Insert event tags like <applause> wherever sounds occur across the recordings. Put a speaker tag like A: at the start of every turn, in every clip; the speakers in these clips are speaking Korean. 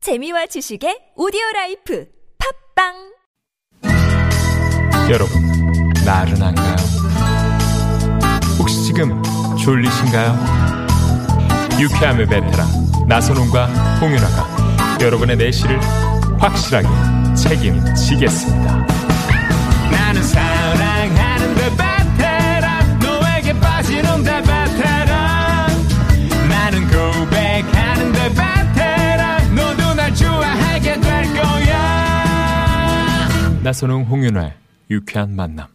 A: 재미와 지식의 오디오 라이프 팝빵
B: 여러분, 나른한가요? 혹시 지금 졸리신가요? 유쾌함의 베테랑 나선홍과 홍윤아가 여러분의 내실을 확실하게 책임지겠습니다. 나는 사랑하는데 그 베테랑 너에게 빠지는데 베테랑 나는 고백하는데 베테랑 너도 날 좋아하게 될 거야. 나선홍 홍윤아의 유쾌한 만남.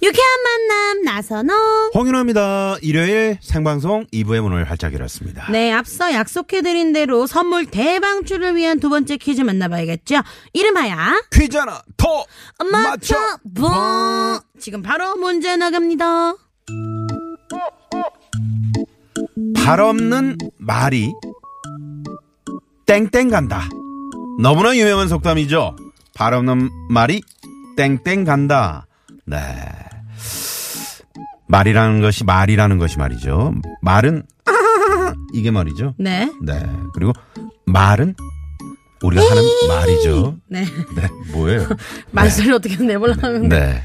C: 유쾌한 만남 나선홍.
D: 홍윤아입니다. 일요일 생방송 2부의 문을 활짝 열었습니다.
C: 네, 앞서 약속해드린 대로 선물 대방출을 위한 두 번째 퀴즈 만나봐야겠죠. 이름하야
D: 퀴즈 하나 더 맞춰.
C: 맞춰보. 지금 바로 문제 나갑니다.
D: 발 없는 말이 땡땡 간다. 너무나 유명한 속담이죠. 발 없는 말이 땡땡 간다. 네. 말이라는 것이 말이라는 것이 말이죠. 말은 이게 말이죠.
C: 네,
D: 네. 그리고 말은 우리가 하는 말이죠.
C: 네. <laughs>
D: 네. 뭐예요?
C: 말소리 어떻게 내보려는데.
D: 네.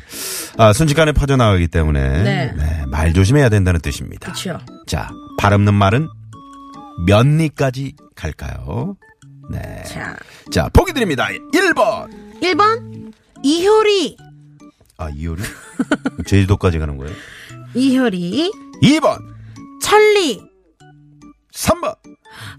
D: 아, 순식간에 퍼져나가기 때문에
C: 네.
D: 네, 말 조심해야 된다는 뜻입니다.
C: 그렇죠.
D: 자, 발 없는 말은 몇 리까지 갈까요? 네.
C: 자,
D: 자, 보기 드립니다. 1번.
C: 1번 이효리,
D: 아,
C: <laughs>
D: 이효리? 제주도까지 가는 거예요?
C: 이효리,
D: 2번.
C: 천리,
D: 3번.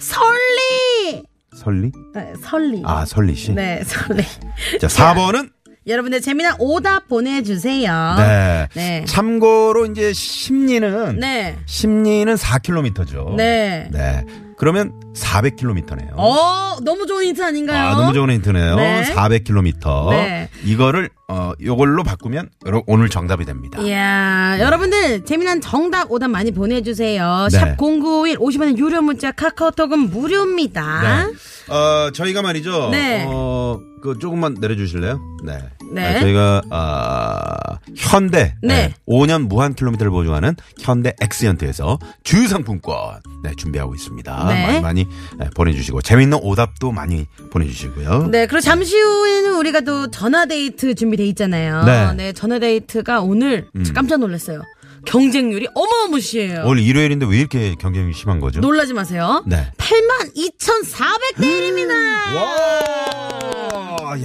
C: 설리,
D: 설리?
C: 네, 설리.
D: 아, 설리 씨.
C: 네, 설리. <laughs>
D: 자, 4번은
C: 여러분들 재미난 오답 보내주세요.
D: 네.
C: 네.
D: 참고로 이제 심리는
C: 네.
D: 심리는 4km죠.
C: 네.
D: 네. 그러면 400km네요.
C: 어, 너무 좋은 힌트 아닌가요?
D: 아, 너무 좋은 힌트네요.
C: 네.
D: 400km.
C: 네.
D: 이거를 어 요걸로 바꾸면 여러- 오늘 정답이 됩니다.
C: 예. 이야, 여러분들 재미난 정답 오답 많이 보내주세요.
D: 네.
C: 샵 #0951 50원의 유료 문자 카카오톡은 무료입니다.
D: 네. 어 저희가 말이죠.
C: 아? 네.
D: 어그 조금만 내려 주실래요? 네.
C: 네.
D: 아, 저희가 아 현대
C: 네.
D: 5년 무한 킬로미터를 보증하는 현대 엑시언트에서 주유 상품권 네, 준비하고 있습니다.
C: 네.
D: 많이 많이 네, 보내 주시고 재밌는 오답도 많이 보내 주시고요.
C: 네. 그리고 잠시 후에는 우리가 또 전화 데이트 준비돼 있잖아요.
D: 네. 음.
C: 전화 데이트가 오늘 깜짝 놀랐어요. 경쟁률이 어마어마시해요.
D: 오늘 일요일인데 왜 이렇게 경쟁이 심한 거죠?
C: 놀라지 마세요.
D: 네. 음.
C: 82,400대 1입니다.
D: 와!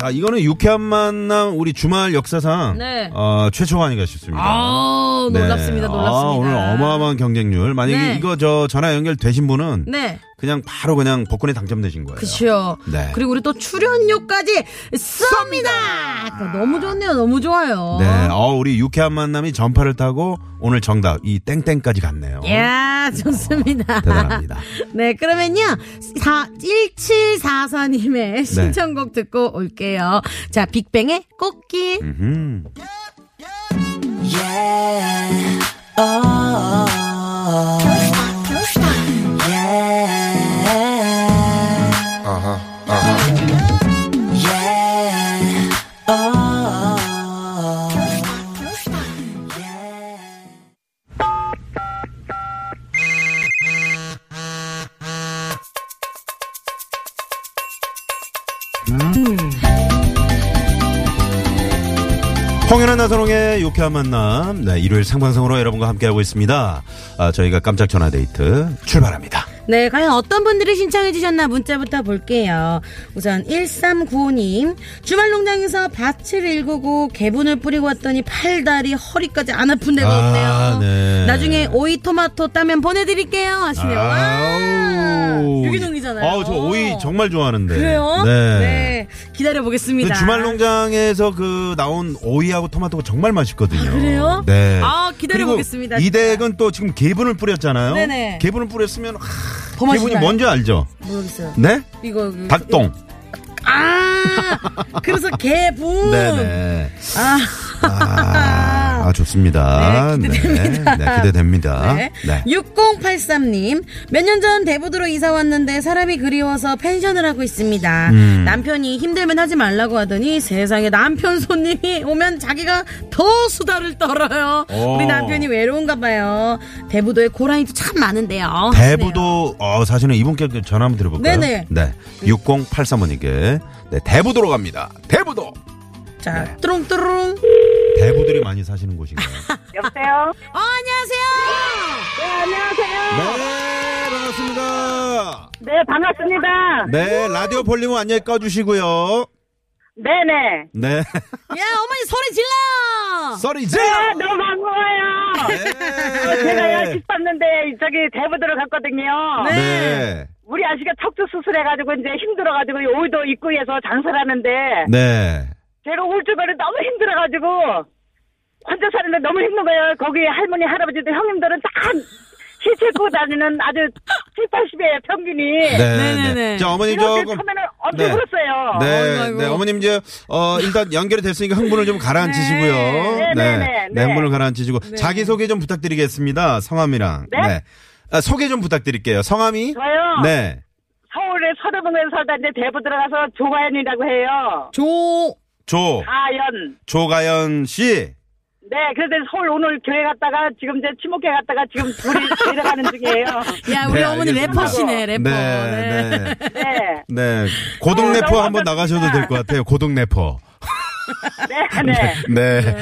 D: 야, 이거는 유쾌한 만남 우리 주말 역사상
C: 네.
D: 어, 최초가 아닌가 싶습니다.
C: 아,
D: 네.
C: 놀랍습니다.
D: 아,
C: 놀랍습니다.
D: 오늘 어마어마한 경쟁률. 만약에
C: 네.
D: 이거 저 전화 연결되신 분은
C: 네.
D: 그냥 바로 그냥 복권에 당첨되신 거예요.
C: 그치요.
D: 네.
C: 그리고 우리 또 출연료까지 쏩니다. 너무 좋네요. 너무 좋아요.
D: 네. 어, 우리 유쾌한 만남이 전파를 타고 오늘 정답 이 땡땡까지 갔네요.
C: 예. 야 좋습니다.
D: <laughs> 대단합니다.
C: 네, 그러면요. 4,
D: 네.
C: 1744님의 신청곡 듣고 올게요. 자, 빅뱅의 꽃길.
D: 음. 홍연한 나선홍의 유쾌한 만남. 네, 일요일 생방송으로 여러분과 함께하고 있습니다. 아, 저희가 깜짝 전화 데이트 출발합니다.
C: 네, 과연 어떤 분들이 신청해주셨나 문자부터 볼게요. 우선 1395님, 주말 농장에서 밭을 일구고 개분을 뿌리고 왔더니 팔다리, 허리까지 안 아픈 데가
D: 아,
C: 없네요.
D: 네.
C: 나중에 오이 토마토 따면 보내드릴게요. 하시네요. 와,
D: 아우.
C: 유기농이잖아요.
D: 아우, 저 오이 정말 좋아하는데.
C: 그래요?
D: 네.
C: 기다려보겠습니다.
D: 그 주말 농장에서 그 나온 오이하고 토마토가 정말 맛있거든요.
C: 그래요?
D: 네.
C: 아, 기다려보겠습니다,
D: 그리고 이
C: 진짜.
D: 댁은 또 지금 개분을 뿌렸잖아요.
C: 네네.
D: 개분을 뿌렸으면
C: 더
D: 하,
C: 맛있나요?
D: 개분이 뭔지 알죠?
C: 모르겠어요.
D: 네?
C: 이거. 이거-
D: 닭똥.
C: 음.
D: <laughs>
C: 아! 그래서 개분.
D: 네, 네네.
C: 아. <laughs>
D: 아, 아, 좋습니다.
C: 네, 기대됩니다.
D: 네, 네, 기대됩니다.
C: 네.
D: 네.
C: 6083님, 몇 년 전 대부도로 이사 왔는데 사람이 그리워서 펜션을 하고 있습니다.
D: 음.
C: 남편이 힘들면 하지 말라고 하더니 세상에 남편 손님이 오면 자기가 더 수다를 떨어요.
D: 오.
C: 우리 남편이 외로운가 봐요. 대부도에 고라니도 참 많은데요.
D: 대부도 어 사실은 이분께 전화 한번 드려볼까요?
C: 네네.
D: 네. 6083번님께 네, 대부도로 갑니다. 대부도.
C: 네. 자,
D: 네.
C: 뚜룽뚜룽.
D: 대부들이 많이 사시는 곳인가요?
E: 여보세요?
C: 어, 안녕하세요.
E: 네, 안녕하세요.
D: <laughs> 네, 반갑습니다.
E: 네, 반갑습니다.
D: 네, 라디오 볼륨 안녕히 꺼주시고요.
E: 네네.
D: 네, <laughs>
C: 야, 어머니 소리 질러!
D: 쏘리 제
E: 아, 너무
C: 네,
E: 반가워요.
D: 네.
C: 어,
E: 제가 열심히 봤는데, 저기, 대부도로 갔거든요.
C: 네.
D: 네,
E: 우리 아저씨가 척추 수술해가지고, 이제 힘들어가지고, 이 오이도 입구에서 장사를 하는데,
D: 네.
E: 제가 울주가를 너무 힘들어가지고, 혼자 사는데 너무 힘든 거예요. 거기 할머니, 할아버지들, 형님들은 다 시체 입고 다니는 아주 7, 80이에요, 평균이.
D: 네,
C: 네네네.
D: 네. 자, 어머니
E: 이렇게
D: 조금.
E: 처음에는 엄청
D: 네.
E: 울었어요.
D: 네,
C: 어이구, 아이고.
D: 네, 어머님 이제 어 일단 연결이 됐으니까 흥분을 좀 가라앉히시고요.
E: 네, 네, 네,
D: 네,
E: 네.
D: 흥분을 가라앉히시고 자기 소개 좀 부탁드리겠습니다. 성함이랑
E: 네?
D: 아, 소개 좀 부탁드릴게요. 성함이
E: 저요?
D: 네,
E: 서울에 서대문구에 살다 이제 대부 들어가서 조가연이라고 해요.
C: 조,
D: 조
E: 아. 가연.
D: 조가연 씨.
E: 네, 그래서 서울 오늘 교회 갔다가 지금 이제 치목회 갔다가 지금 <laughs> 둘이 내려가는 중이에요.
C: 야, 우리
D: 네,
C: 어머니
D: 알겠습니다.
C: 래퍼시네, 래퍼. 네.
D: 네, 네,
E: 네, <laughs>
D: 네. 고등
E: 어,
D: 래퍼
E: 너무
D: 한번 나가셔도 될 것 같아요. 고등 래퍼.
E: 네, 네.
D: 네.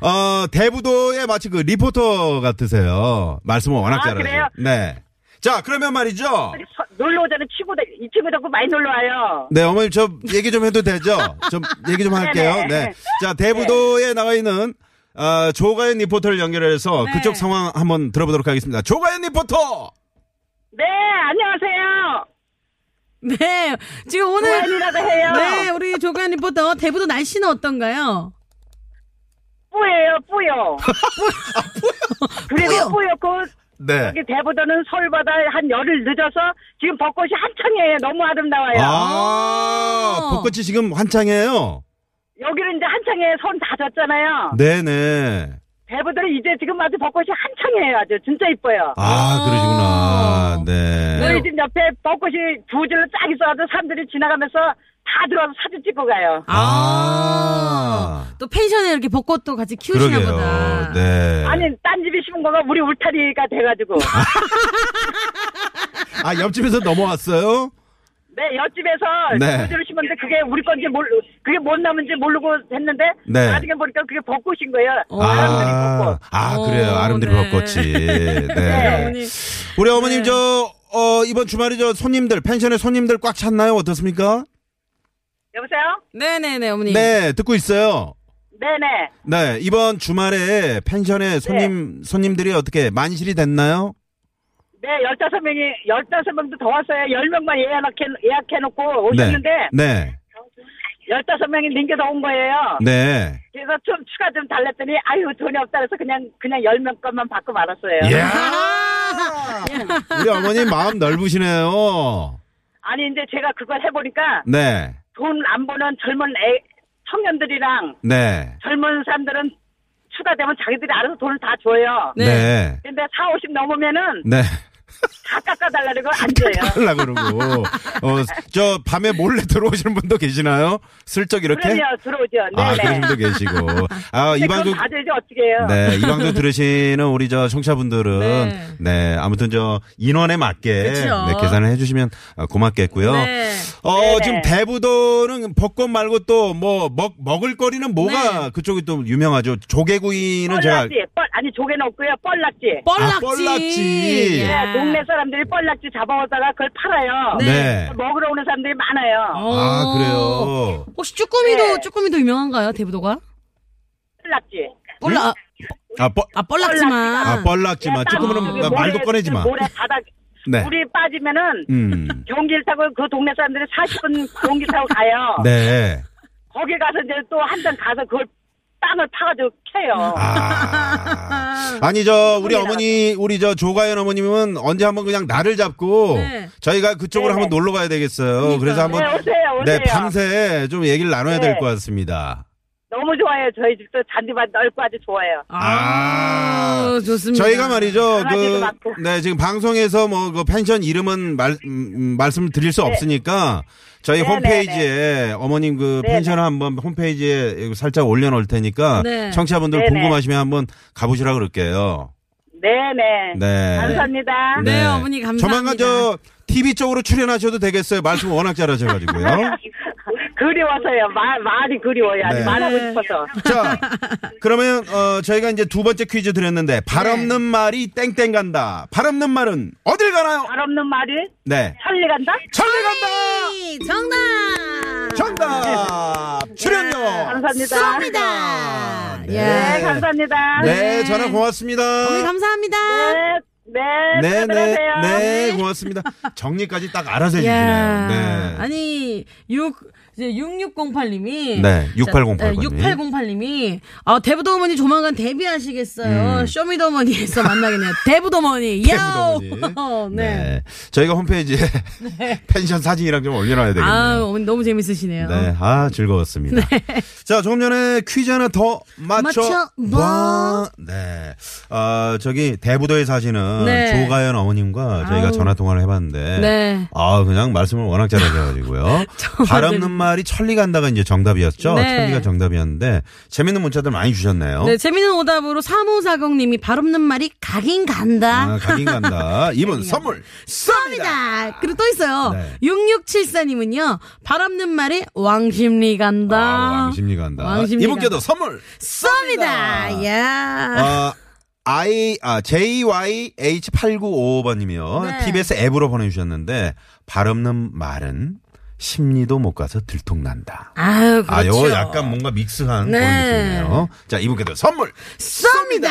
D: 어 대부도에 마치 그 리포터 같으세요. 말씀을 워낙
E: 아,
D: 잘하세요.
E: 그래요?
D: 네. 자 그러면 말이죠.
E: 서- 놀러 오자는 친구들 이 친구들하고 많이 놀러 와요.
D: 네, 어머님 저 얘기 좀 해도 되죠? 좀 얘기 좀 할게요.
E: 네네.
D: 네. 자, 대부도에 나와 있는 아, 조가연 리포터를 연결해서
C: 네.
D: 그쪽 상황 한번 들어보도록 하겠습니다. 조가연 리포터.
E: 네, 안녕하세요.
C: 네, 지금 오늘
E: 조가연이라고 해요.
C: 네, 우리 조간 리포터 대부도 날씨는 어떤가요?
E: 뿌예요, <laughs> 뿌요. 아, 그래서 뿌였고
D: 네.
E: 여기 대부도는 서울보다 한 열흘 늦어서 지금 벚꽃이 한창이에요. 너무 아름다워요.
D: 아, 벚꽃이 지금 한창이에요.
E: 여기는 이제 한창에 손 다 졌잖아요.
D: 네, 네.
E: 대부들은 이제 지금 아주 벚꽃이 한창이에요. 아주 진짜 이뻐요.
D: 아, 그러시구나. 네.
E: 우리 집 옆에 벚꽃이 두 줄로 쫙 있어가지고 사람들이 지나가면서 다 들어와서 사진 찍고 가요.
D: 아.
C: 또 펜션에 이렇게 벚꽃도 같이 키우시나 보다.
D: 그러게요. 네.
E: 아니 딴 집이 심은 거가 우리
D: <laughs>
E: 울타리가 돼가지고
D: 아, 옆집에서 넘어왔어요?
E: 네 옆집에서
D: 네.
E: 두 줄을 심었는데 그게 우리 건지 모르 그게 뭔 나무인지 모르고 했는데
D: 네.
E: 나중에 보니까 그게 벚꽃인 거예요. 사람들이
D: 아,
E: 어, 벚꽃.
D: 아, 그래요.
C: 오,
D: 아름드리
C: 네.
D: 벚꽃이. 네.
C: 어머니.
D: 우리 어머님 저 어, 이번 주말에 저 손님들 펜션에 손님들 꽉 찼나요? 어떻습니까?
E: 여보세요?
C: 네네네, 어머니.
D: 네, 듣고 있어요.
E: 네네.
D: 네, 이번 주말에 펜션에 손님 손님들이 어떻게 만실이 됐나요?
E: 네, 15명이, 15명도 더 왔어요. 10명만 예약해, 예약해놓고 오셨는데,
D: 네,
E: 15명이 넘게 더 온 거예요.
D: 네.
E: 그래서 좀 추가 좀 달랬더니, 아유, 돈이 없다 그래서 그냥, 그냥 10명 것만 받고 말았어요.
D: 네. 이야! 우리 어머님 마음 넓으시네요.
E: 아니, 이제 제가 그걸 해보니까,
D: 네,
E: 돈 안 버는 젊은 애, 청년들이랑
D: 네,
E: 젊은 사람들은 추가되면 자기들이 알아서 돈을 다 줘요.
C: 네.
D: 네,
E: 근데 4, 50 넘으면은
D: 네.
E: 다 깎아달라고 안
D: <laughs>
E: 줘요.
D: 하려
E: <laughs>
D: 그러고 어, 어저 밤에 몰래 들어오시는 분도 계시나요? 슬쩍 이렇게?
E: 그러면 들어오죠.
D: 아,
E: 네네.
D: 그러신 분도 계시고.
E: <laughs>
D: 아, 이 방송
E: 다 줘야지 어떻게 해요.
D: 네, 이
E: <laughs>
D: 방송 들으시는 우리 저 청취자분들은 네.
C: 네.
D: 아무튼 저 인원에 맞게
C: 그쵸.
D: 네, 계산을 해 주시면 고맙겠고요.
C: 네.
D: 어,
E: 네네.
D: 지금 대부도는 벚꽃 말고 또 뭐 먹 먹을 거리는 뭐가 그쪽이 또 유명하죠. 조개구이는 제가
E: 네. 뻘락지, 뻘, 아니 조개는 없고요. 뻘락지.
C: 뻘락지. 예.
D: 아, 뻘락지.
E: 네,
C: 야.
E: 동네 사람들이 뻘락지 잡아오다가 그걸 팔아요.
D: 네.
E: 먹으러 오는 사람들이 많아요.
D: 아, 그래요.
C: 어. 혹시 쭈꾸미도,
E: 네.
C: 쭈꾸미도 유명한가요, 대부도가?
E: 뻘락지.
C: 뻘락, 아,
D: 아, 뻘
C: 아, 뻘락지만.
D: 아, 뻘락지마.
E: 저기
D: 조금은 나
E: 네, 모래,
D: 말도 꺼내지 마.
E: 모래 바닥
D: 네.
E: 물이 빠지면은
D: 음.
E: 경기를 타고 그 동네 사람들이 40분 경기 타고 가요.
D: 네.
E: 거기 가서 이제 또 한잔 가서 그걸 땅을 파가지고 캐요.
D: 아. 아니 저 우리 어머니 우리 저 조가연 어머님은 언제 한번 그냥 날을 잡고
C: 네.
D: 저희가 그쪽으로
E: 네네.
D: 한번 놀러 가야 되겠어요. 그래서 한번
E: 네, 오세요, 오세요.
D: 네, 밤새 좀 얘기를 나눠야
E: 네.
D: 될 것 같습니다.
E: 너무 좋아요. 저희 집도 잔디밭 넓고 아주 좋아요.
C: 아, 좋습니다.
D: 저희가 말이죠.
E: 강아지도
D: 그,
E: 많고.
D: 네, 지금 방송에서 뭐, 그 펜션 이름은 말, 음, 말씀 드릴 수 없으니까 저희
E: 네,
D: 홈페이지에 어머님 그
E: 네,
D: 펜션을 한번 홈페이지에 살짝 올려놓을 테니까
C: 네.
D: 청취자분들
E: 네, 네.
D: 궁금하시면 한번 가보시라 그럴게요.
E: 네네.
D: 네.
E: 감사합니다.
C: 네, 어머니 감사합니다.
D: 조만간 저 TV 쪽으로 출연하셔도 되겠어요. 말씀 워낙 잘하셔가지고요.
E: <laughs> 그리워서요. 말, 말이 그리워요. 아주
D: 네.
E: 말하고
C: 네.
E: 싶어서.
D: 자, 그러면 어, 저희가 이제 두 번째 퀴즈 드렸는데 발
C: 네.
D: 없는 말이 땡땡 간다. 발 없는 말은 어딜 가나요?
E: 말 없는 말이
D: 네.
E: 천리 간다?
D: 천리 간다.
C: 이, 정답!
D: 정답 출연료
E: 감사합니다.
C: 쏩니다! 예.
D: 네.
E: 네, 감사합니다.
D: 네 전화 고맙습니다
C: 어머니 감사합니다.
E: 네, 네,
D: 네네 네,
E: 들어가세요.
D: 네, 고맙습니다 정리까지 딱 알아서
C: 야,
D: 해주시네요 네.
C: 예. 아니 6 이제 6608님이
D: 네, 6808 님이.
C: 6808님이 아 대부도 어머니 조만간 데뷔하시겠어요.
D: 음.
C: 쇼미더머니에서 만나겠네요. <laughs> 대부도머니. 야오. <laughs>
D: 대부도머니.
C: 네.
D: 네. 저희가 홈페이지에 <laughs> 펜션 사진이랑 좀 올려놔야 되겠네요
C: 아, 어머니 너무 재밌으시네요.
D: 네, 아 즐거웠습니다. 자, 조금 전에 퀴즈 하나 더 맞춰 뭐?
C: 맞춰봐.
D: 봐. 네, 아 저기 대부도에 사시는
C: 네.
D: 조가연 어머님과 저희가
C: 아우.
D: 전화 통화를 해봤는데,
C: 네.
D: 아 그냥 말씀을 워낙 <laughs> 잘하셔가지고요.
C: 정말
D: 발 없는 말이 천리 간다가 이제 정답이었죠.
C: 네.
D: 천리가 정답이었는데 재밌는 문자들 많이 주셨네요.
C: 네, 재밌는 오답으로 3540님이 발 없는 말이 가긴 간다.
D: 아, 가긴 <laughs> 간다. 이분 선물 쏩니다.
C: 쏩니다. 그리고 또 있어요.
D: 네.
C: 6674님은요, 발 없는 말이 왕심리 간다.
D: 아, 왕심리 간다.
C: 왕심리
D: 이분께도 선물
C: 쏩니다. 야
D: 아, I, 아, JYH8955번님이요.
C: 네.
D: TBS 앱으로 보내주셨는데, 발 없는 말은 심리도 못 가서 들통난다.
C: 아유, 그렇죠.
D: 아, 요거 약간 뭔가 믹스한
C: 네.
D: 그런 느낌이네요. 자, 이분께도 선물!
C: 쏩니다.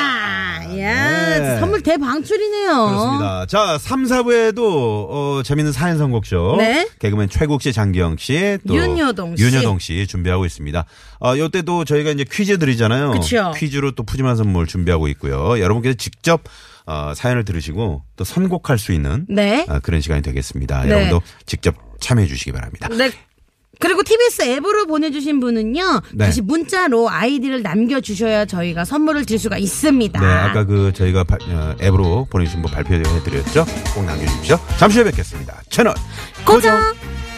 C: 야
D: 네.
C: 선물 대방출이네요.
D: 그렇습니다. 자, 3, 4부에도, 어, 재밌는 사연 선곡쇼.
C: 네.
D: 개그맨 최국 씨, 장기영 씨, 또.
C: 윤여동 씨.
D: 윤여동 씨 준비하고 있습니다. 어, 요때도 저희가 이제 퀴즈 드리잖아요.
C: 그쵸.
D: 퀴즈로 또 푸짐한 선물 준비하고 있고요. 여러분께서 직접, 어, 사연을 들으시고 또 선곡할 수 있는.
C: 네.
D: 아, 그런 시간이 되겠습니다.
C: 네.
D: 여러분도 직접 참여해 주시기 바랍니다.
C: 네. 그리고 TBS 앱으로 보내주신 분은요,
D: 네.
C: 다시 문자로 아이디를 남겨주셔야 저희가 선물을 줄 수가 있습니다.
D: 네, 아까 그 저희가 바- 어, 앱으로 보내주신 분 발표해드렸죠. 꼭 남겨주십시오. 잠시 후에 뵙겠습니다. 채널
C: 고정.
D: 고정.